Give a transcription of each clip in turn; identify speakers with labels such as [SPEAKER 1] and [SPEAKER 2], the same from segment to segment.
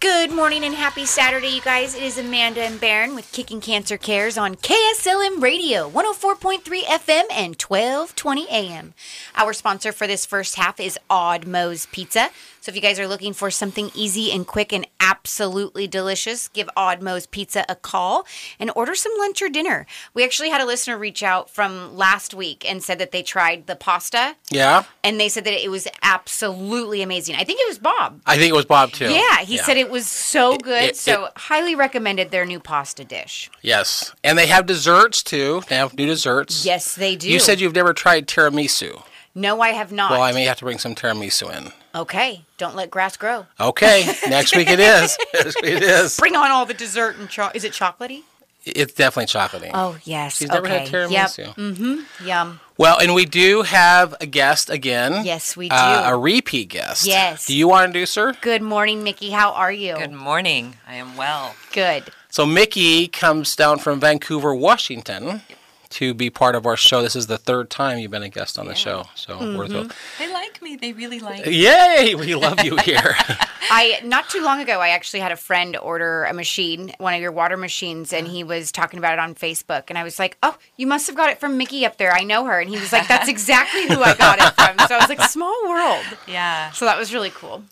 [SPEAKER 1] Good morning and happy Saturday, you guys. It is Amanda and Barron with Kicking Cancer Cares on KSLM Radio, 104.3 FM and 1220 AM. Our sponsor for this first half is Odd Mo's Pizza. So if you guys are looking for something easy and quick and absolutely delicious, give Odd Mo's Pizza a call and order some lunch or dinner. We actually had a listener reach out from last week and said that they tried the pasta
[SPEAKER 2] Yeah.
[SPEAKER 1] and they said that it was absolutely amazing. I think it was Bob.
[SPEAKER 2] I think it was Bob too.
[SPEAKER 1] Yeah, he said it was so good.
[SPEAKER 2] it-
[SPEAKER 1] so highly recommended their new pasta dish.
[SPEAKER 2] Yes. And they have desserts too. They have new desserts.
[SPEAKER 1] Yes, they do.
[SPEAKER 2] You said you've never tried tiramisu.
[SPEAKER 1] no, I have not.
[SPEAKER 2] Well, I may have to bring some tiramisu in.
[SPEAKER 1] okay, don't let grass grow.
[SPEAKER 2] Okay, next week it is. Next week it is.
[SPEAKER 1] Bring on all the dessert and cho- is it chocolatey?
[SPEAKER 2] It's definitely chocolatey.
[SPEAKER 1] Oh yes.
[SPEAKER 2] She's
[SPEAKER 1] okay.
[SPEAKER 2] never had
[SPEAKER 1] Yep. Mm.
[SPEAKER 2] tiramisu.
[SPEAKER 1] Yum.
[SPEAKER 2] Well, and we do have a guest again.
[SPEAKER 1] Yes, we
[SPEAKER 2] Uh,
[SPEAKER 1] do.
[SPEAKER 2] a repeat guest.
[SPEAKER 1] Yes.
[SPEAKER 2] Do you want to do, sir?
[SPEAKER 1] Good morning, Mickey. How are you?
[SPEAKER 3] Good morning. I am well.
[SPEAKER 1] Good.
[SPEAKER 2] So Mickey comes down from Vancouver, Washington, to be part of our show. This is the third time you've been a guest on the show, so
[SPEAKER 1] Mm-hmm.
[SPEAKER 2] we're thrilled.
[SPEAKER 3] They like me. They really like me.
[SPEAKER 2] Yay! We love you here.
[SPEAKER 1] I not too long ago, I actually had a friend order a machine, one of your water machines, and he was talking about it on Facebook. And I was like, "Oh, you must have got it from Mickey up there. I know her." And he was like, "That's exactly who I got it from." So I was like, "Small world."
[SPEAKER 3] Yeah.
[SPEAKER 1] So that was really cool.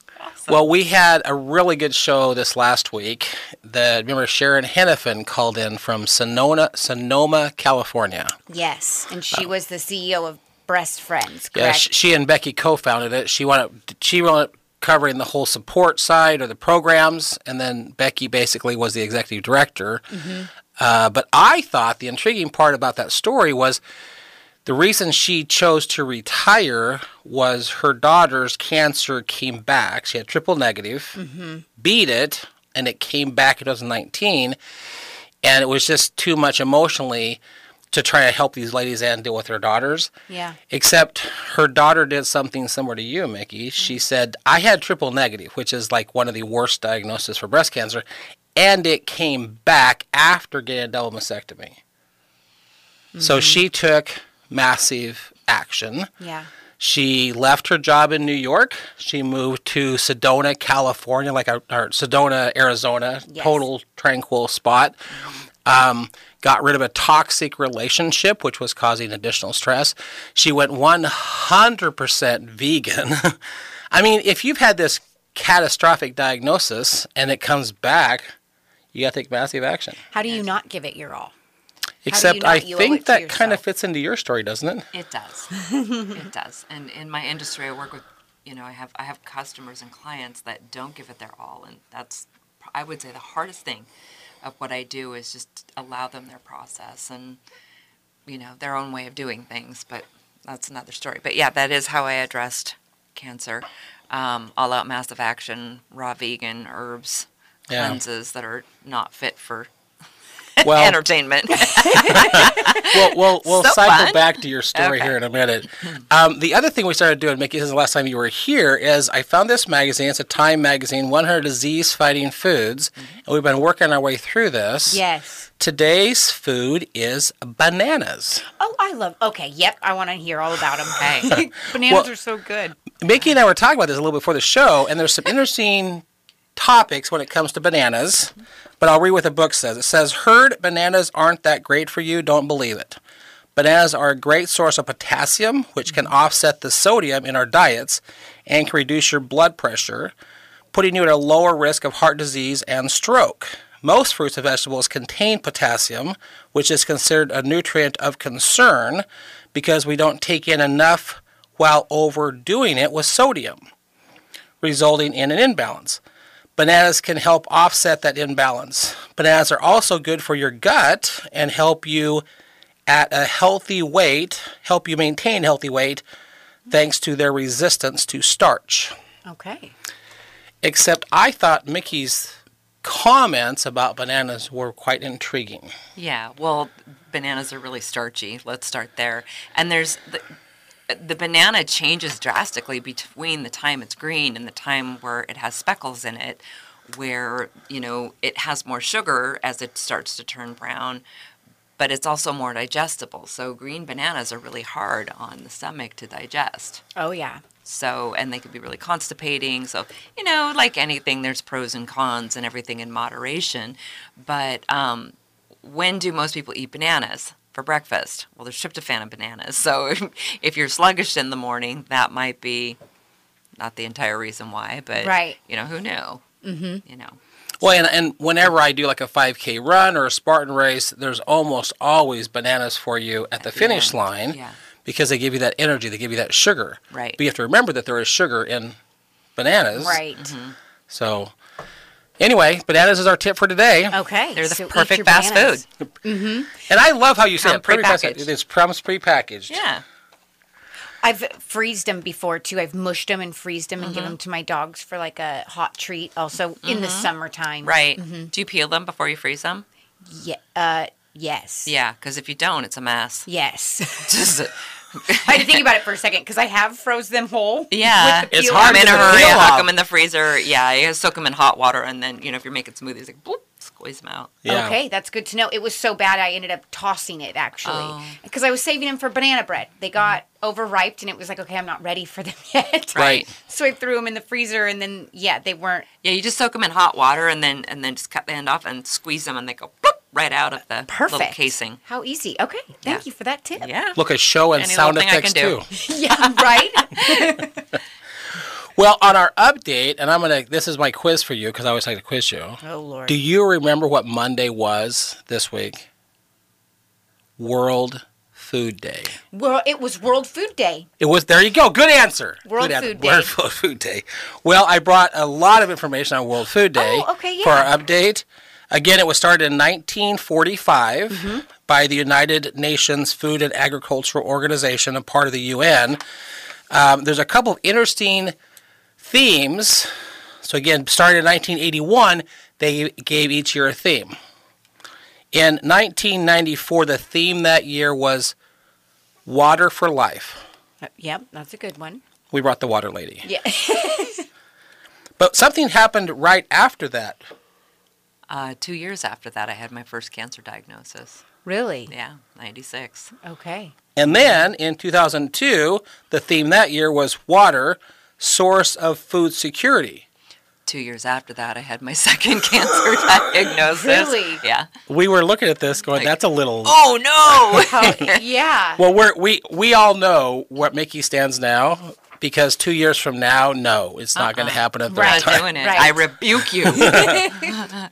[SPEAKER 2] well, we had a really good show this last week. The remember Sharon Hennepin called in from Sonoma, Sonoma, California.
[SPEAKER 1] Yes, and
[SPEAKER 3] Oh.
[SPEAKER 1] she was the CEO of Breast Friends, correct?
[SPEAKER 2] Yeah, sh- she and Becky co-founded it. She wound up she wound up covering the whole support side or the programs, and then Becky basically was the executive director. Uh, but I thought the intriguing part about that story was the reason she chose to retire was her daughter's cancer came back. She had triple negative, beat it, and it came back in 2019, and it was just too much emotionally. To try to help these ladies and deal with their daughters.
[SPEAKER 1] Yeah.
[SPEAKER 2] Except her daughter did something similar to you, Mickey. She said, I had triple negative, which is like one of the worst diagnoses for breast cancer, and it came back after getting a double mastectomy. So she took massive action.
[SPEAKER 1] Yeah.
[SPEAKER 2] She left her job in New York. She moved to Sedona, California, like a, or Sedona, Arizona,
[SPEAKER 1] Yes.
[SPEAKER 2] total tranquil spot. Um, got rid of a toxic relationship, which was causing additional stress. She went 100% vegan. I mean, if you've had this catastrophic diagnosis and it comes back, you got to take massive action.
[SPEAKER 1] How do you not give it your all? you
[SPEAKER 2] Except
[SPEAKER 1] not?
[SPEAKER 2] I
[SPEAKER 1] You owe it
[SPEAKER 2] think
[SPEAKER 1] to
[SPEAKER 2] that kind of
[SPEAKER 1] yourself.
[SPEAKER 2] fits into your story, doesn't it?
[SPEAKER 3] It does. it does. And in my industry, I work with, you know, I have I have customers and clients that don't give it their all, and that's I would say the hardest thing of what I do is just allow them their process and you know their own way of doing things. But that's another story. But yeah, that is how I addressed cancer. Um, all out massive action, raw vegan herbs,
[SPEAKER 2] Yeah.
[SPEAKER 3] cleanses that are not fit for
[SPEAKER 2] Well,
[SPEAKER 3] entertainment.
[SPEAKER 2] we'll we'll, we'll
[SPEAKER 3] So
[SPEAKER 2] cycle
[SPEAKER 3] fun.
[SPEAKER 2] back to your story
[SPEAKER 3] Okay.
[SPEAKER 2] here in a minute. Um, the other thing we started doing, Mickey, this is the last time you were here, is I found this magazine. It's a Time magazine, 100 Disease Fighting Foods,
[SPEAKER 3] Mm-hmm.
[SPEAKER 2] and we've been working our way through this.
[SPEAKER 1] Yes.
[SPEAKER 2] Today's food is bananas.
[SPEAKER 1] Oh, I love. Okay, yep. I want to hear all about them.
[SPEAKER 3] Okay.
[SPEAKER 1] Bananas
[SPEAKER 2] Well-
[SPEAKER 1] are so good.
[SPEAKER 2] Mickey and I were talking about this a little before the show, and there's some interesting topics when it comes to bananas. But I'll read what the book says. It says, "Heard bananas aren't that great for you. Don't believe it. Bananas are a great source of potassium, which can offset the sodium in our diets and can reduce your blood pressure, putting you at a lower risk of heart disease and stroke." Most fruits and vegetables contain potassium, which is considered a nutrient of concern because we don't take in enough while overdoing it with sodium, resulting in an imbalance. Bananas can help offset that imbalance. Bananas are also good for your gut and help you at a healthy weight, help you maintain healthy weight thanks to their resistance to starch.
[SPEAKER 1] Okay.
[SPEAKER 2] Except I thought Mickey's comments about bananas were quite intriguing.
[SPEAKER 3] Yeah, well, bananas are really starchy. Let's start there. And there's the, the banana changes drastically between the time it's green and the time where it has speckles in it, where, you know, it has more sugar as it starts to turn brown. but it's also more digestible. So green bananas are really hard on the stomach to digest.
[SPEAKER 1] Oh yeah.
[SPEAKER 3] So, and they could be really constipating. So, you know, like anything, there's pros and cons and everything in moderation. But um, when do most people eat bananas for breakfast? Well, there's tryptophan in bananas. So, if you're sluggish in the morning, that might be not the entire reason why, but
[SPEAKER 1] Right.
[SPEAKER 3] you know, who knew? Mm-hmm. You know,
[SPEAKER 2] Well, and, and whenever I do like a 5K run or a Spartan race, there's almost always bananas for you at the finish
[SPEAKER 3] end,
[SPEAKER 2] line
[SPEAKER 3] yeah.
[SPEAKER 2] because they give you that energy, they give you that sugar.
[SPEAKER 3] Right.
[SPEAKER 2] But you have to remember that there is sugar in bananas.
[SPEAKER 1] Right.
[SPEAKER 3] mm-hmm.
[SPEAKER 2] So, anyway, bananas is our tip for today.
[SPEAKER 1] Okay.
[SPEAKER 3] they're the
[SPEAKER 1] so eat
[SPEAKER 3] perfect
[SPEAKER 1] your
[SPEAKER 3] fast
[SPEAKER 1] bananas.
[SPEAKER 3] food.
[SPEAKER 2] And I love how you say it.
[SPEAKER 3] Come
[SPEAKER 2] perfect fast-
[SPEAKER 3] prepackaged.
[SPEAKER 2] It's promised prepackaged.
[SPEAKER 3] Yeah.
[SPEAKER 1] I've freezed them before too. I've mushed them and freezed them and give
[SPEAKER 3] Mm-hmm.
[SPEAKER 1] them to my dogs for like a hot treat. Also in the summertime.
[SPEAKER 3] Right.
[SPEAKER 1] Mm-hmm.
[SPEAKER 3] Do you peel them before you freeze them?
[SPEAKER 1] Yeah. Uh, yes.
[SPEAKER 3] Yeah, because if you don't, it's a mess.
[SPEAKER 1] Yes.
[SPEAKER 3] Just-
[SPEAKER 1] I had to think about it for a second because I have froze them whole.
[SPEAKER 3] yeah,
[SPEAKER 2] It's peel. hard
[SPEAKER 3] I'm in a
[SPEAKER 2] to
[SPEAKER 3] hurry.
[SPEAKER 2] peel
[SPEAKER 3] I
[SPEAKER 2] off.
[SPEAKER 3] huck them in the freezer. Yeah, I soak them in hot water, and then you know if you're making smoothies, like bloop, squeeze them out.
[SPEAKER 2] Yeah.
[SPEAKER 1] Okay, that's good to know. It was so bad I ended up tossing it actually
[SPEAKER 3] Oh.
[SPEAKER 1] because I was saving them for banana bread. They got overripe and it was like, okay, I'm not ready for them yet.
[SPEAKER 2] Right.
[SPEAKER 1] So I threw them in the freezer and then yeah, they weren't
[SPEAKER 3] Yeah, you just soak them in hot water, and then and then just cut the end off and squeeze them, and they go bloop, right out of the
[SPEAKER 1] perfect.
[SPEAKER 3] little casing.
[SPEAKER 1] How easy. Okay, thank
[SPEAKER 3] Yeah.
[SPEAKER 1] you for that tip.
[SPEAKER 3] Yeah.
[SPEAKER 2] Look at show and
[SPEAKER 3] Any little
[SPEAKER 2] sound
[SPEAKER 3] thing I
[SPEAKER 2] effects
[SPEAKER 3] can do.
[SPEAKER 2] too.
[SPEAKER 1] yeah right.
[SPEAKER 2] Well, on our update, and I'm gonna. This is my quiz for you because I always like to quiz you.
[SPEAKER 1] oh lord.
[SPEAKER 2] Do you remember what Monday was this week? World Food Day.
[SPEAKER 1] well, it was World Food Day.
[SPEAKER 2] It was there. You go. Good answer.
[SPEAKER 1] World
[SPEAKER 2] Good answer.
[SPEAKER 1] Food Day.
[SPEAKER 2] World Fu- Food Day. Well, I brought a lot of information on World Food Day
[SPEAKER 1] Oh, okay,
[SPEAKER 2] for
[SPEAKER 1] yeah.
[SPEAKER 2] our update. Again, it was started in 1945
[SPEAKER 1] Mm-hmm.
[SPEAKER 2] by the United Nations Food and Agricultural Organization, a part of the UN. Um, there's a couple of interesting themes. So again, started in 1981, they gave each year a theme. In 1994, the theme that year was water for life.
[SPEAKER 1] Uh, Yep, that's a good one.
[SPEAKER 2] We brought the water lady.
[SPEAKER 1] Yeah.
[SPEAKER 2] But something happened right after that.
[SPEAKER 3] Uh, two years after that, I had my first cancer diagnosis.
[SPEAKER 1] really?
[SPEAKER 3] Yeah, 96.
[SPEAKER 1] Okay.
[SPEAKER 2] And then in 2002, the theme that year was water, source of food security.
[SPEAKER 3] Two years after that, I had my second cancer diagnosis.
[SPEAKER 1] Really?
[SPEAKER 3] Yeah.
[SPEAKER 2] We were looking at this going, that's a little.
[SPEAKER 3] Oh no!
[SPEAKER 1] Oh, yeah.
[SPEAKER 2] Well, we're, we, we all know what Mickey stands now because two years from now, no, it's not going to happen at the
[SPEAKER 3] I'm
[SPEAKER 2] right
[SPEAKER 1] Right.
[SPEAKER 2] time.
[SPEAKER 3] not doing it.
[SPEAKER 1] Right.
[SPEAKER 3] I rebuke you.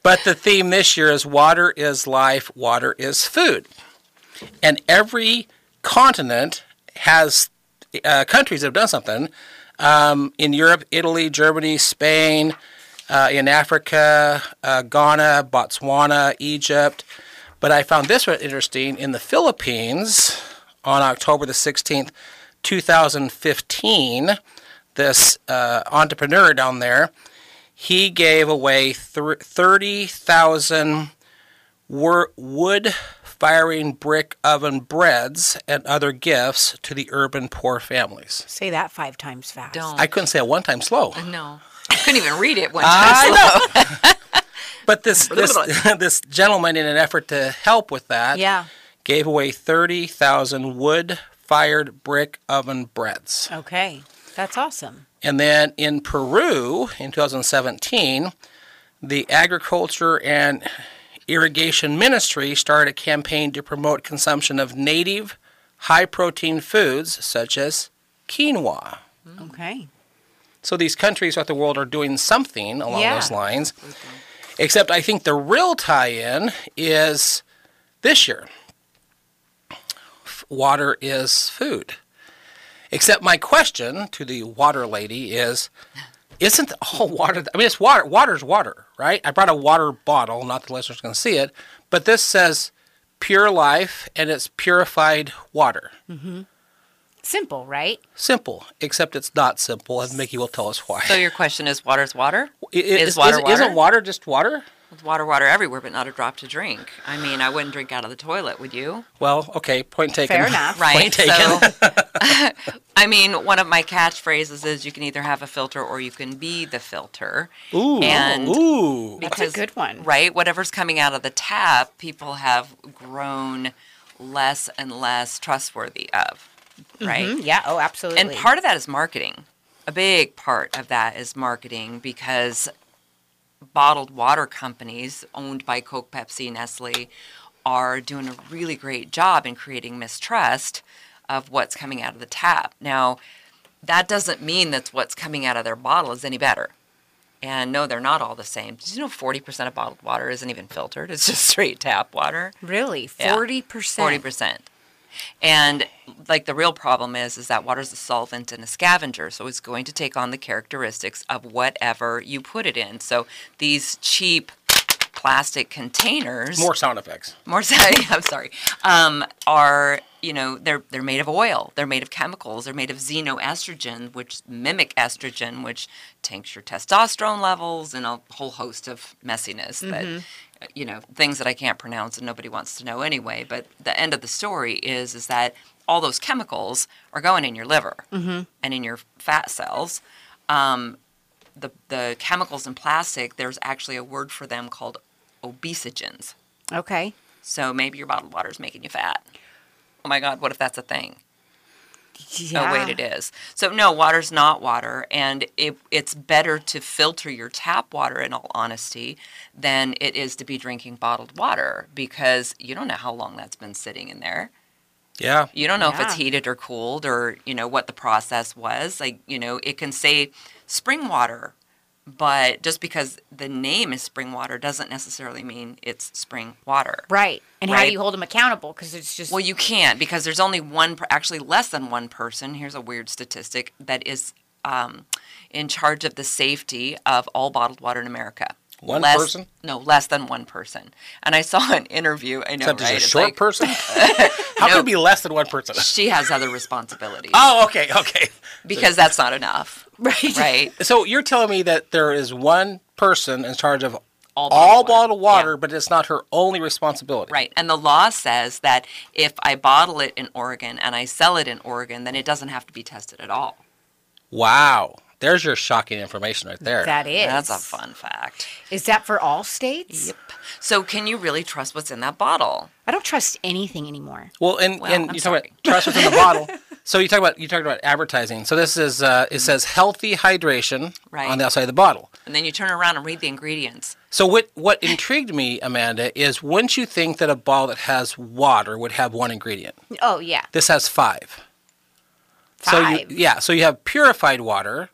[SPEAKER 2] But the theme this year is water is life, water is food. And every continent has uh, countries that have done something. Um, in Europe, Italy, Germany, Spain, uh, in Africa, uh, Ghana, Botswana, Egypt. But I found this one interesting in the Philippines on October the 16th, 2015. This uh, entrepreneur down there he gave away thr 30,000 wor- wood firing brick oven breads and other gifts to the urban poor families.
[SPEAKER 1] Say that five times fast.
[SPEAKER 3] Don't.
[SPEAKER 2] I couldn't say it one time slow.
[SPEAKER 3] no. I couldn't even read it one time.
[SPEAKER 2] I know. but this, this, this gentleman, in an effort to help with that,
[SPEAKER 1] Yeah.
[SPEAKER 2] gave away 30,000 wood fired brick oven breads.
[SPEAKER 1] Okay, that's awesome.
[SPEAKER 2] And then in Peru in 2017, the Agriculture and Irrigation Ministry started a campaign to promote consumption of native high protein foods such as quinoa.
[SPEAKER 1] Okay.
[SPEAKER 2] So these countries throughout the world are doing something along
[SPEAKER 1] Yeah.
[SPEAKER 2] those lines. Except I think the real tie in is this year. F- Water is food. Except my question to the water lady is isn't all water I mean it's water water's water, right? I brought a water bottle, not the listeners can see it, but this says pure life and it's purified water.
[SPEAKER 1] Simple, right?
[SPEAKER 2] Simple, except it's not simple, and Mickey will tell us why.
[SPEAKER 3] So your question is, water's water?
[SPEAKER 2] I- i-
[SPEAKER 3] Is water
[SPEAKER 2] isn't-
[SPEAKER 3] water?
[SPEAKER 2] Isn't water just water?
[SPEAKER 3] With water, water everywhere, but not a drop to drink. I mean, I wouldn't drink out of the toilet, would you?
[SPEAKER 2] Well, okay, point taken.
[SPEAKER 1] Fair enough.
[SPEAKER 3] Right.
[SPEAKER 2] Point taken.
[SPEAKER 3] So I mean, one of my catchphrases is you can either have a filter or you can be the filter.
[SPEAKER 2] Ooh,
[SPEAKER 3] And
[SPEAKER 2] ooh.
[SPEAKER 1] That's a good one.
[SPEAKER 3] Right? Whatever's coming out of the tap, people have grown less and less trustworthy of. Right?
[SPEAKER 1] Mm, yeah. Oh, absolutely.
[SPEAKER 3] And part of that is marketing. A big part of that is marketing because bottled water companies owned by Coke, Pepsi, Nestle are doing a really great job in creating mistrust of what's coming out of the tap. Now, that doesn't mean that what's coming out of their bottle is any better. And no, they're not all the same. Did you know 40% of bottled water isn't even filtered? It's just straight tap water.
[SPEAKER 1] really,
[SPEAKER 3] Yeah.
[SPEAKER 1] forty
[SPEAKER 3] Forty
[SPEAKER 1] percent.
[SPEAKER 3] percent. And like the real problem is, is that water's a solvent and a scavenger, so it's going to take on the characteristics of whatever you put it in. So these cheap plastic containers,
[SPEAKER 2] More sound effects.
[SPEAKER 3] more sorry, I'm sorry, um, are you know they're they're made of oil, they're made of chemicals, they're made of xenoestrogen, which mimic estrogen, which tanks your testosterone levels and a whole host of messiness that uh, you know things that I can't pronounce and nobody wants to know anyway. But the end of the story is is that all those chemicals are going in your liver and in your fat cells. Um, the, the chemicals in plastic, there's actually a word for them called obesogens.
[SPEAKER 1] Okay.
[SPEAKER 3] So maybe your bottled water is making you fat. Oh my God, what if that's a thing?
[SPEAKER 1] Yeah.
[SPEAKER 3] Oh, wait, it is. So, no, water's not water. And it, it's better to filter your tap water, in all honesty, than it is to be drinking bottled water because you don't know how long that's been sitting in there.
[SPEAKER 2] Yeah.
[SPEAKER 3] You don't know if it's
[SPEAKER 1] Yeah.
[SPEAKER 3] heated or cooled or, you know, what the process was. Like, you know, it can say spring water, but just because the name is spring water doesn't necessarily mean it's spring water.
[SPEAKER 1] Right. And how do
[SPEAKER 3] Right.
[SPEAKER 1] you hold them accountable? Because it's just
[SPEAKER 3] Well, you can't because there's only one, per- actually less than one person. Here's a weird statistic that is um, in charge of the safety of all bottled water in America.
[SPEAKER 2] One
[SPEAKER 3] Less-
[SPEAKER 2] person?
[SPEAKER 3] No, less than one person. And I saw an interview. I know,
[SPEAKER 2] Except
[SPEAKER 3] right?
[SPEAKER 2] it's a
[SPEAKER 3] It's
[SPEAKER 2] short
[SPEAKER 3] like,
[SPEAKER 2] person. How could it be less than one person?
[SPEAKER 3] She has other responsibilities
[SPEAKER 2] Oh, okay, okay.
[SPEAKER 3] because that's not enough,
[SPEAKER 1] right.
[SPEAKER 3] right?
[SPEAKER 2] So you're telling me that there is one person in charge of all
[SPEAKER 3] All
[SPEAKER 2] bottled,
[SPEAKER 3] bottled water.
[SPEAKER 2] water,
[SPEAKER 3] Yeah.
[SPEAKER 2] but it's not her only responsibility.
[SPEAKER 3] Right. And the law says that if I bottle it in Oregon and I sell it in Oregon, then it doesn't have to be tested at all.
[SPEAKER 2] Wow. There's your shocking information right there.
[SPEAKER 1] That is.
[SPEAKER 3] That's a fun fact.
[SPEAKER 1] Is that for all states?
[SPEAKER 3] Yep. So, can you really trust what's in that bottle?
[SPEAKER 1] I don't trust anything anymore.
[SPEAKER 2] Well, and,
[SPEAKER 3] Well,
[SPEAKER 2] and
[SPEAKER 3] I'm
[SPEAKER 2] you talk about trust within the bottle. So you talk about you talked about advertising. So this is uh, it says healthy hydration
[SPEAKER 3] Mm-hmm. Right.
[SPEAKER 2] on the outside of the bottle.
[SPEAKER 3] and then you turn around and read the ingredients.
[SPEAKER 2] So what what intrigued me, Amanda, is wouldn't you think that a bottle that has water would have one ingredient?
[SPEAKER 1] Oh yeah.
[SPEAKER 2] This has five. So
[SPEAKER 1] Five.
[SPEAKER 2] you, yeah, so you have purified water,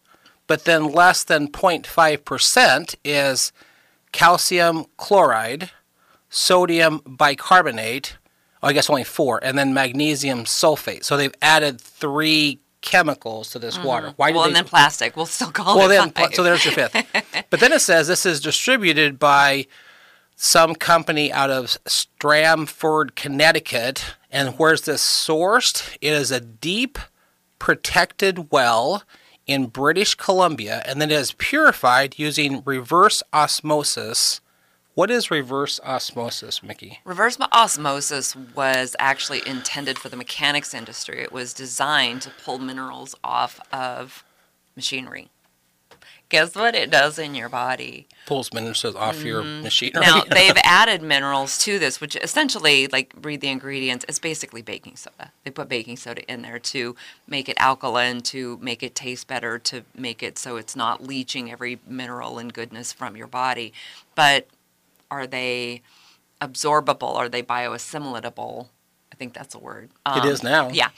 [SPEAKER 2] but then less than 0.5% is calcium chloride, sodium bicarbonate, oh, I guess only four, and then magnesium sulfate. So they've added three chemicals to this water. Why did
[SPEAKER 3] Mm-hmm. Well,
[SPEAKER 2] they
[SPEAKER 3] and then plastic. We'll still call
[SPEAKER 2] well,
[SPEAKER 3] it.
[SPEAKER 2] then,
[SPEAKER 3] five.
[SPEAKER 2] so there's your fifth. but then it says this is distributed by some company out of Stramford, Connecticut. And where's this sourced? It is a deep protected well in British Columbia, and then it is purified using reverse osmosis. What is reverse osmosis, Mickey?
[SPEAKER 3] Reverse mo- osmosis was actually intended for the mechanics industry. It was designed to pull minerals off of machinery. Guess what it does in your body?
[SPEAKER 2] Pulls ministers off your machine.
[SPEAKER 3] Mm-hmm. Now, they've added minerals to this, which essentially, like, read the ingredients, it's basically baking soda. They put baking soda in there to make it alkaline, to make it taste better, to make it so it's not leaching every mineral and goodness from your body. But are they absorbable? Are they bioassimilatable? I think that's a word. Um,
[SPEAKER 2] It is now.
[SPEAKER 3] Yeah.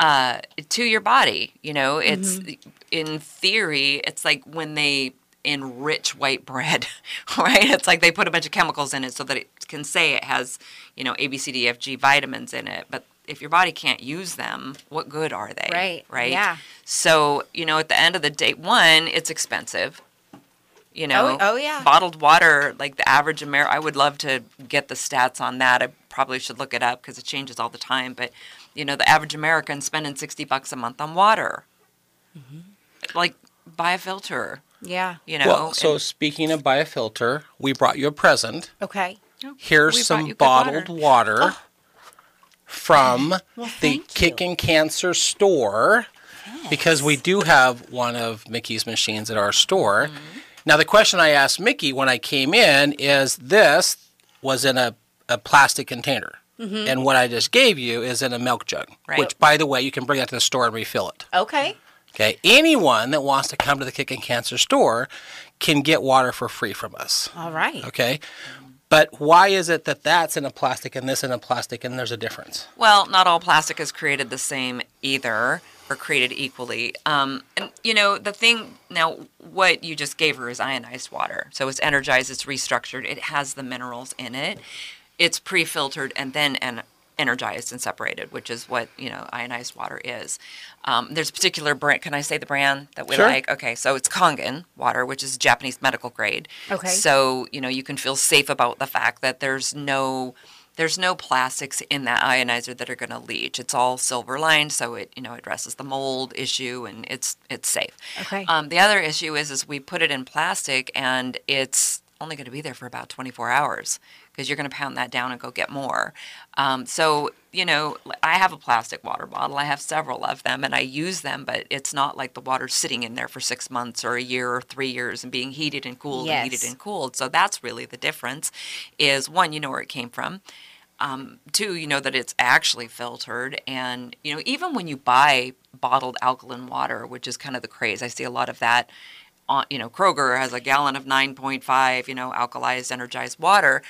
[SPEAKER 3] Uh, to your body, you know, it's
[SPEAKER 1] Mm-hmm.
[SPEAKER 3] in theory, it's like when they enrich white bread, right? It's like they put a bunch of chemicals in it so that it can say it has, you know, A, B, C, D, E, F, G vitamins in it. But if your body can't use them, what good are they?
[SPEAKER 1] Right.
[SPEAKER 3] Right.
[SPEAKER 1] Yeah.
[SPEAKER 3] So, you know, at the end of the day, one, it's expensive. You know,
[SPEAKER 1] oh, yeah.
[SPEAKER 3] bottled water, like the average Amer. I would love to get the stats on that. I probably should look it up because it changes all the time. But you know, the average American spending sixty bucks a month on water.
[SPEAKER 1] Mm-hmm.
[SPEAKER 3] Like, buy a filter.
[SPEAKER 1] Yeah.
[SPEAKER 3] You know,
[SPEAKER 2] well, so
[SPEAKER 3] and
[SPEAKER 2] speaking of biofilter, we brought you a present.
[SPEAKER 1] Okay.
[SPEAKER 2] here's
[SPEAKER 3] We brought you
[SPEAKER 2] some
[SPEAKER 3] good Oh.
[SPEAKER 2] bottled water, from the
[SPEAKER 1] thank you.
[SPEAKER 2] Kick and Cancer store. because we do have one of Mickey's machines at our store.
[SPEAKER 3] Mm-hmm.
[SPEAKER 2] Now, the question I asked Mickey when I came in is this was in a, a plastic container. And what I just gave you is in a milk jug,
[SPEAKER 3] Mm-hmm. Right.
[SPEAKER 2] which, by the way, you can bring that to the store and refill it.
[SPEAKER 1] Okay.
[SPEAKER 2] Okay. Anyone that wants to come to the Kicking Cancer store can get water for free from us.
[SPEAKER 1] All right.
[SPEAKER 2] Okay. But why is it that that's in a plastic and this in a plastic and there's a difference?
[SPEAKER 3] Well, not all plastic is created the same either, or created equally. Um, and you know the thing now, what you just gave her is ionized water, so it's energized, it's restructured, it has the minerals in it, it's pre-filtered and then and energized and separated, which is what you know ionized water is. Um, there's a particular brand. Can I say the brand that we
[SPEAKER 2] Sure.
[SPEAKER 3] like? Okay, so it's Kangen water, which is Japanese medical grade.
[SPEAKER 1] Okay.
[SPEAKER 3] So you know you can feel safe about the fact that there's no there's no plastics in that ionizer that are going to leach. It's all silver lined, so it you know addresses the mold issue and it's it's safe.
[SPEAKER 1] Okay.
[SPEAKER 3] Um, the other issue is is we put it in plastic and it's only going to be there for about 24 hours because you're going to pound that down and go get more. Um, so you know l- I have a plastic water bottle. I have several of them and I use them, but it's not like the water sitting in there for six months or a year or three years and being heated and cooled and heated
[SPEAKER 1] Yes.
[SPEAKER 3] and cooled. So that's really the difference. Is one, you know where it came from Um, two, you know that it's actually filtered. And, you know, even when you buy bottled alkaline water, which is kind of the craze, I see a lot of that. On, you know, Kroger has a gallon of 9.5, you know, alkalized, energized water.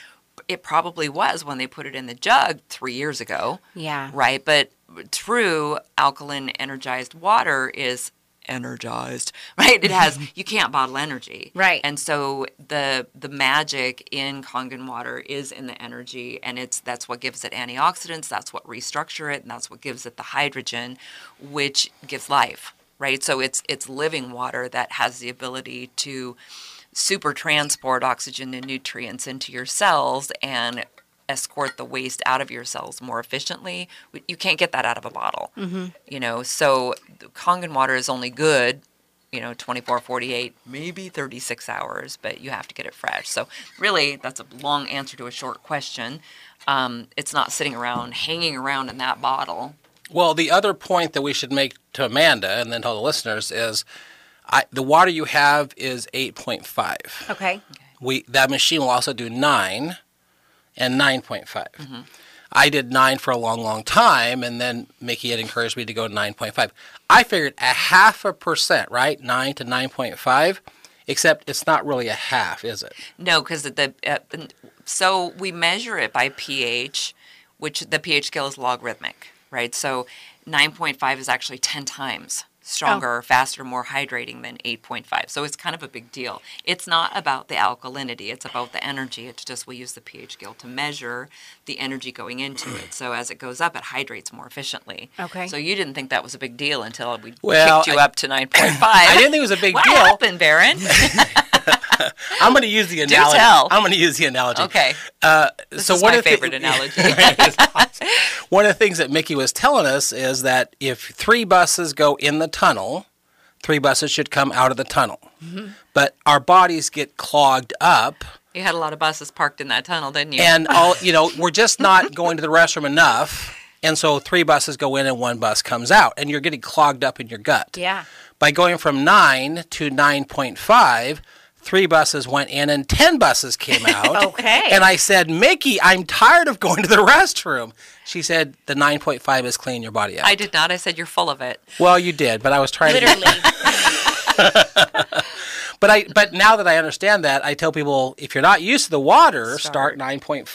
[SPEAKER 3] It probably was when they put it in the jug three years ago.
[SPEAKER 1] Yeah.
[SPEAKER 3] Right. But true alkaline energized water is energized, right? It has, you can't bottle energy.
[SPEAKER 1] Right.
[SPEAKER 3] And so the the magic in Kangen water is in the energy and it's that's what gives it antioxidants, that's what restructure it, and that's what gives it the hydrogen, which gives life. Right. So it's it's living water that has the ability to super transport oxygen and nutrients into your cells and escort the waste out of your cells more efficiently. W- You can't get that out of a bottle. You know, so the Kangen water is only good, you know, 24, 48, maybe 36 hours, but you have to get it fresh. So, really, that's a long answer to a short question. Um, it's not sitting around, hanging around in that bottle.
[SPEAKER 2] Well, the other point that we should make to Amanda and then to all the listeners is I, the water you have is 8.5.
[SPEAKER 1] Okay.
[SPEAKER 2] We That machine will also do 9 and 9.5. I did 9 for a long, long time, and then Mickey had encouraged me to go 9.5. I figured a half a percent, right? 9 to 9.5, except it's not really a half, is it?
[SPEAKER 3] No, because the uh, the- so we measure it by pH, which the pH scale is logarithmic, right? So 9.5 is actually 10 times stronger, faster, more hydrating than 8.5. So it's kind of a big deal. It's not about the alkalinity, it's about the energy. It's just we use the pH scale to measure the energy going into it. So as it goes up, it hydrates more efficiently.
[SPEAKER 1] Okay.
[SPEAKER 3] So you didn't think that was a big deal until we
[SPEAKER 2] Well,
[SPEAKER 3] kicked you
[SPEAKER 2] I-
[SPEAKER 3] up to 9.5. I
[SPEAKER 2] didn't think it was a big
[SPEAKER 3] what
[SPEAKER 2] deal.
[SPEAKER 3] What happened, Baron?
[SPEAKER 2] I'm going to use the analogy.
[SPEAKER 3] tell.
[SPEAKER 2] I'm going to use the analogy.
[SPEAKER 3] Okay. This
[SPEAKER 2] so
[SPEAKER 3] is
[SPEAKER 2] one
[SPEAKER 3] my
[SPEAKER 2] of the-
[SPEAKER 3] favorite analogy.
[SPEAKER 2] one of the things that Mickey was telling us is that if three buses go in the tunnel, three buses should come out of the tunnel.
[SPEAKER 3] Mm-hmm.
[SPEAKER 2] But our bodies get clogged up,
[SPEAKER 3] You had a lot of buses parked in that tunnel, didn't you?
[SPEAKER 2] and all you know, we're just not going to the restroom enough, and so three buses go in and one bus comes out, and you're getting clogged up in your gut.
[SPEAKER 1] Yeah.
[SPEAKER 2] By going from nine to nine point five. Three buses went in and 10 buses came out.
[SPEAKER 1] Okay.
[SPEAKER 2] And I said, Mickey, I'm tired of going to the restroom. She said, The 9.5 is clean your body out.
[SPEAKER 3] I did not. I said you're full of it.
[SPEAKER 2] Well, you did, but I was trying to.
[SPEAKER 1] Literally.
[SPEAKER 2] But I, but now that I understand that, I tell people if you're not used to the water, start,
[SPEAKER 3] Start.
[SPEAKER 2] 9.5,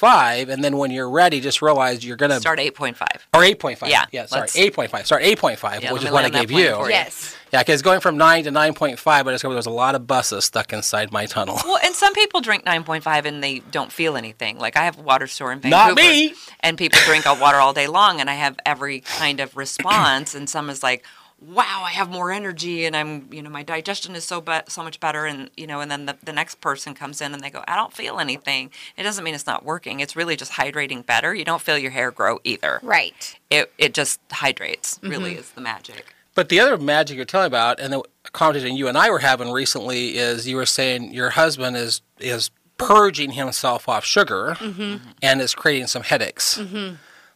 [SPEAKER 2] and then when you're ready, just realize you're gonna
[SPEAKER 3] Start 8.5.
[SPEAKER 2] or 8.5.
[SPEAKER 3] Yeah,
[SPEAKER 2] yeah, sorry,
[SPEAKER 3] let's-
[SPEAKER 2] 8.5. Start 8.5,
[SPEAKER 3] Yeah,
[SPEAKER 2] which
[SPEAKER 3] let
[SPEAKER 2] is
[SPEAKER 3] me
[SPEAKER 2] what
[SPEAKER 3] lay
[SPEAKER 2] I
[SPEAKER 3] on that
[SPEAKER 2] gave
[SPEAKER 3] plan
[SPEAKER 2] you.
[SPEAKER 3] for you.
[SPEAKER 1] yes.
[SPEAKER 2] Yeah, because going from nine to 9.5, I discovered there was a lot of buses stuck inside my tunnel.
[SPEAKER 3] Well, and some people drink 9.5 and they don't feel anything. Like I have a water store in
[SPEAKER 2] Not
[SPEAKER 3] Vancouver.
[SPEAKER 2] me.
[SPEAKER 3] And people drink all water all day long, and I have every kind of response. And some is like, "Wow, I have more energy, and I'm, you know, my digestion is so be- so much better." And you know, and then the, the next person comes in and they go, "I don't feel anything." It doesn't mean it's not working. It's really just hydrating better. You don't feel your hair grow either.
[SPEAKER 1] Right.
[SPEAKER 3] It it just hydrates. Really, is the magic.
[SPEAKER 2] But the other magic you're telling about, and the conversation you and I were having recently, is you were saying your husband is is purging himself off sugar
[SPEAKER 1] Mm-hmm.
[SPEAKER 2] and is creating some headaches.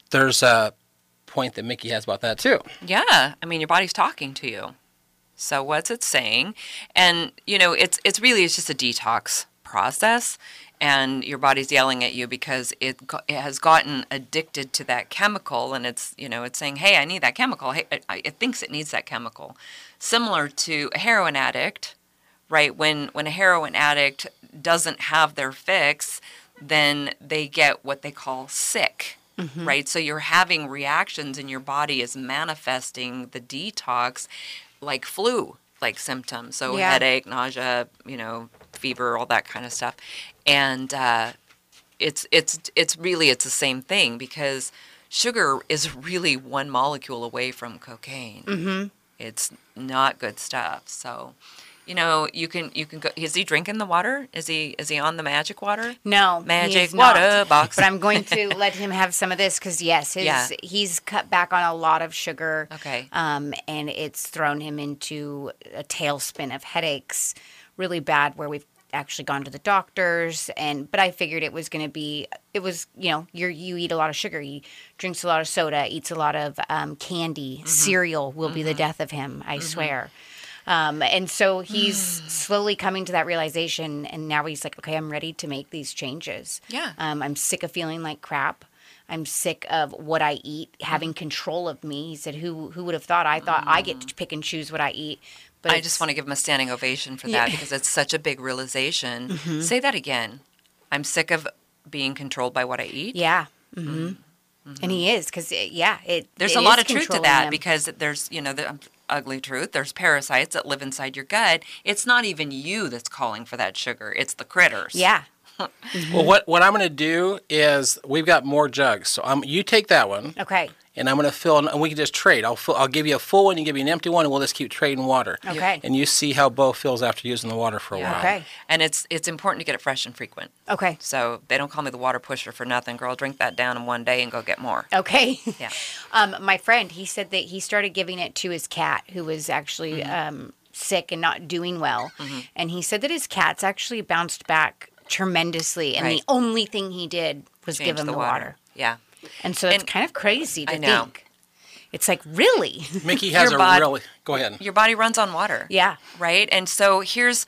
[SPEAKER 2] There's a point that Mickey has about that too.
[SPEAKER 3] Yeah, I mean, your body's talking to you. So what's it saying? And you know, it's it's really it's just a detox process and your body's yelling at you because it go- it has gotten addicted to that chemical and it's you know it's saying hey I need that chemical hey, it, it thinks it needs that chemical similar to a heroin addict right when when a heroin addict doesn't have their fix then they get what they call sick right so you're having reactions and your body is manifesting the detox like flu like symptoms so
[SPEAKER 1] Yeah.
[SPEAKER 3] headache nausea you know fever all that kind of stuff and uh, it's it's it's really it's the same thing because sugar is really one molecule away from cocaine it's not good stuff. So, you know, you can you can go. Is he drinking the water? Is he is he on the magic water?
[SPEAKER 1] No, he
[SPEAKER 3] magic
[SPEAKER 1] is not.
[SPEAKER 3] water box.
[SPEAKER 1] But I'm going to let him have some of this because yes, his
[SPEAKER 3] Yeah.
[SPEAKER 1] he's cut back on a lot of sugar.
[SPEAKER 3] Okay.
[SPEAKER 1] um, and it's thrown him into a tailspin of headaches, really bad. Where we've actually gone to the doctors, and but I figured it was going to be it was you know you you eat a lot of sugar, he drinks a lot of soda, eats a lot of um, candy,
[SPEAKER 3] Mm-hmm.
[SPEAKER 1] cereal will be the death of him. I swear. Um, and so he's
[SPEAKER 3] Hmm.
[SPEAKER 1] slowly coming to that realization, and now he's like, okay, I'm ready to make these changes.
[SPEAKER 3] Yeah.
[SPEAKER 1] Um, I'm sick of feeling like crap. I'm sick of what I eat
[SPEAKER 3] Mm-hmm.
[SPEAKER 1] having control of me. He said, "Who who would have thought? I thought I get to pick and choose what I eat." But
[SPEAKER 3] Mm. I just want to give him a standing ovation for that because it's such a big realization.
[SPEAKER 1] Mm-hmm.
[SPEAKER 3] Say that again. I'm sick of being controlled by what I eat.
[SPEAKER 1] yeah, hmm and he is because yeah, it
[SPEAKER 3] Mm-hmm. There's
[SPEAKER 1] it
[SPEAKER 3] a lot
[SPEAKER 1] is
[SPEAKER 3] of truth to
[SPEAKER 1] controlling
[SPEAKER 3] that
[SPEAKER 1] him.
[SPEAKER 3] because there's you know the um, ugly truth. There's parasites that live inside your gut. It's not even you that's calling for that sugar. It's the critters.
[SPEAKER 1] yeah, Mm-hmm.
[SPEAKER 2] Well, what what I'm going to do is we've got more jugs, so I'm you take that one,
[SPEAKER 1] okay,
[SPEAKER 2] and I'm going to fill, an- and we can just trade. I'll fill, I'll give you a full one, you give me an empty one, and we'll just keep trading water.
[SPEAKER 1] okay,
[SPEAKER 2] And you see how Bo feels after using the water for a while.
[SPEAKER 1] Okay.
[SPEAKER 3] And it's it's important to get it fresh and frequent.
[SPEAKER 1] okay,
[SPEAKER 3] So they don't call me the water pusher for nothing, girl. Drink that down in one day and go get more.
[SPEAKER 1] okay.
[SPEAKER 3] Yeah.
[SPEAKER 1] um, my friend, he said that he started giving it to his cat, who was actually
[SPEAKER 3] Mm-hmm.
[SPEAKER 1] um, sick and not doing well. And he said that his cats actually bounced back tremendously. And the
[SPEAKER 3] Right.
[SPEAKER 1] only thing he did was give
[SPEAKER 3] Change
[SPEAKER 1] him the, water.
[SPEAKER 3] Yeah.
[SPEAKER 1] And so it's
[SPEAKER 3] And-
[SPEAKER 1] kind of crazy to
[SPEAKER 3] I know.
[SPEAKER 1] think. It's like, really?
[SPEAKER 2] Mickey has
[SPEAKER 3] Your
[SPEAKER 2] a
[SPEAKER 3] bod-
[SPEAKER 2] really go ahead.
[SPEAKER 3] Your body runs on water.
[SPEAKER 1] yeah.
[SPEAKER 3] Right? And so here's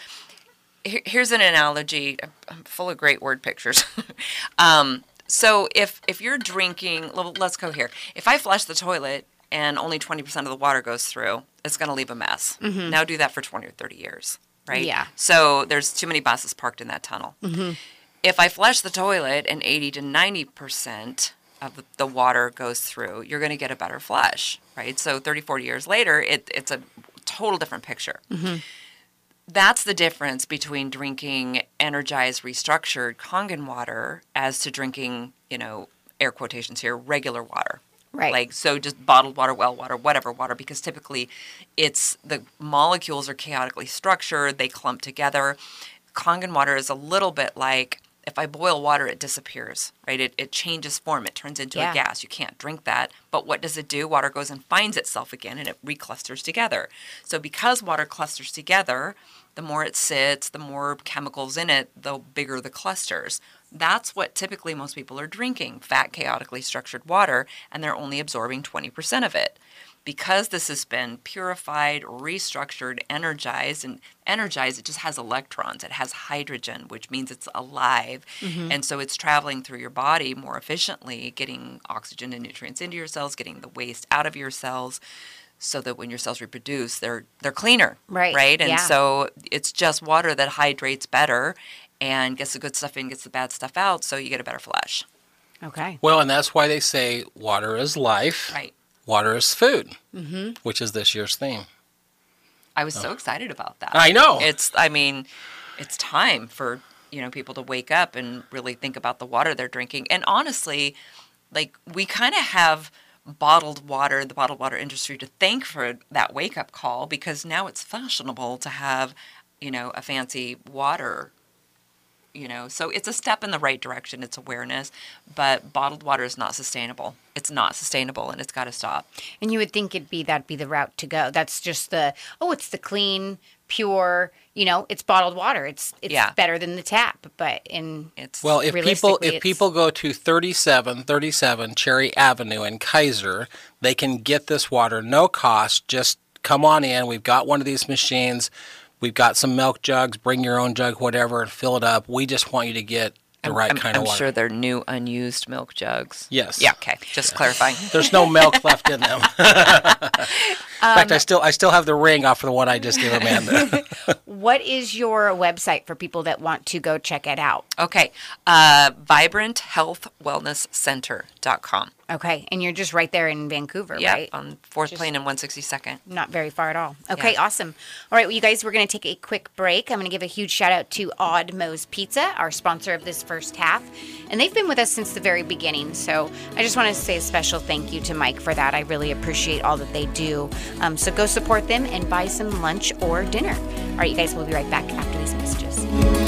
[SPEAKER 3] here- here's an analogy. I'm full of great word pictures. um, so if if you're drinking, well, let's go here. If I flush the toilet and only 20% of the water goes through, it's going to leave a mess. Now do that for 20 or 30 years, right?
[SPEAKER 1] Mm-hmm. Yeah.
[SPEAKER 3] So there's too many buses parked in that tunnel. if I flush the toilet and 80 to 90% of the, the water goes through, you're going to get a better flush, right? So 30, 40 years later, it, it's a total different picture. That's the difference between drinking energized, restructured Kangen water as to drinking, you know, air quotations here, regular water.
[SPEAKER 1] Right.
[SPEAKER 3] Like, so just bottled water, well water, whatever water, because typically it's the molecules are chaotically structured, they clump together. Kangen water is a little bit like if I boil water, it disappears, right? It, it changes form, it turns into
[SPEAKER 1] Yeah.
[SPEAKER 3] a gas. You can't drink that. But what does it do? Water goes and finds itself again and it reclusters together. So, because water clusters together, the more it sits, the more chemicals in it, the bigger the clusters. That's what typically most people are drinking fat, chaotically structured water, and they're only absorbing 20% of it. Because this has been purified, restructured, energized, and energized, it just has electrons. It has hydrogen, which means it's alive.
[SPEAKER 1] Mm-hmm.
[SPEAKER 3] And so it's traveling through your body more efficiently, getting oxygen and nutrients into your cells, getting the waste out of your cells. So that when your cells reproduce, they're they're cleaner,
[SPEAKER 1] Right,
[SPEAKER 3] Right, and
[SPEAKER 1] yeah.
[SPEAKER 3] so so it's just water that hydrates better and gets the good stuff in, gets the bad stuff out, so you get a better flush.
[SPEAKER 1] Okay.
[SPEAKER 2] Well, and that's why they say water is life.
[SPEAKER 3] Right.
[SPEAKER 2] Water is food, mm-hmm. which is this year's theme.
[SPEAKER 3] I was so excited about that.
[SPEAKER 2] Oh. I know.
[SPEAKER 3] It's I mean, it's time for, you know, people to wake up and really think about the water they're drinking. And honestly, like we kind of have bottled water, the bottled water industry to thank for that wake up call because now it's fashionable to have, you know, a fancy water you know so it's a step in the right direction it's awareness but bottled water is not sustainable it's not sustainable and it's got to stop
[SPEAKER 1] And you would think it'd be that'd be the route to go. That's just the oh, it's the clean, pure, you know, it's bottled water. It's it's
[SPEAKER 3] Yeah.
[SPEAKER 1] better than the tap, but in
[SPEAKER 3] it's
[SPEAKER 2] Well, if people
[SPEAKER 1] Realistically,
[SPEAKER 2] if
[SPEAKER 1] it's-
[SPEAKER 2] people go to 3737 Cherry Avenue in Kaiser, they can get this water no cost. Just come on in. We've got one of these machines. We've got some milk jugs. Bring your own jug, whatever, and fill it up. We just want you to get the right
[SPEAKER 3] I'm,
[SPEAKER 2] kind
[SPEAKER 3] I'm
[SPEAKER 2] of water.
[SPEAKER 3] sure they're new unused milk jugs.
[SPEAKER 2] Yes.
[SPEAKER 3] Yeah. Okay. Just clarifying.
[SPEAKER 2] There's no milk left in them. in fact,
[SPEAKER 3] Um,
[SPEAKER 2] I still I still have the ring off of the one I just gave Amanda.
[SPEAKER 1] What is your website for people that want to go check it out?
[SPEAKER 3] Okay. Uh, VibrantHealthWellnessCenter.com.
[SPEAKER 1] Okay. And you're just right there in Vancouver,
[SPEAKER 3] Yeah.
[SPEAKER 1] right?
[SPEAKER 3] On Fourth Plane and 162nd.
[SPEAKER 1] Not very far at all. Okay,
[SPEAKER 3] Yeah.
[SPEAKER 1] awesome. All right, well, you guys, we're going to take a quick break. I'm going to give a huge shout out to Odd Mo's Pizza, our sponsor of this first half. And they've been with us since the very beginning. So I just want to say a special thank you to Mike for that. I really appreciate all that they do. Um, so go support them and buy some lunch or dinner. All right, you guys, we'll be right back after these messages.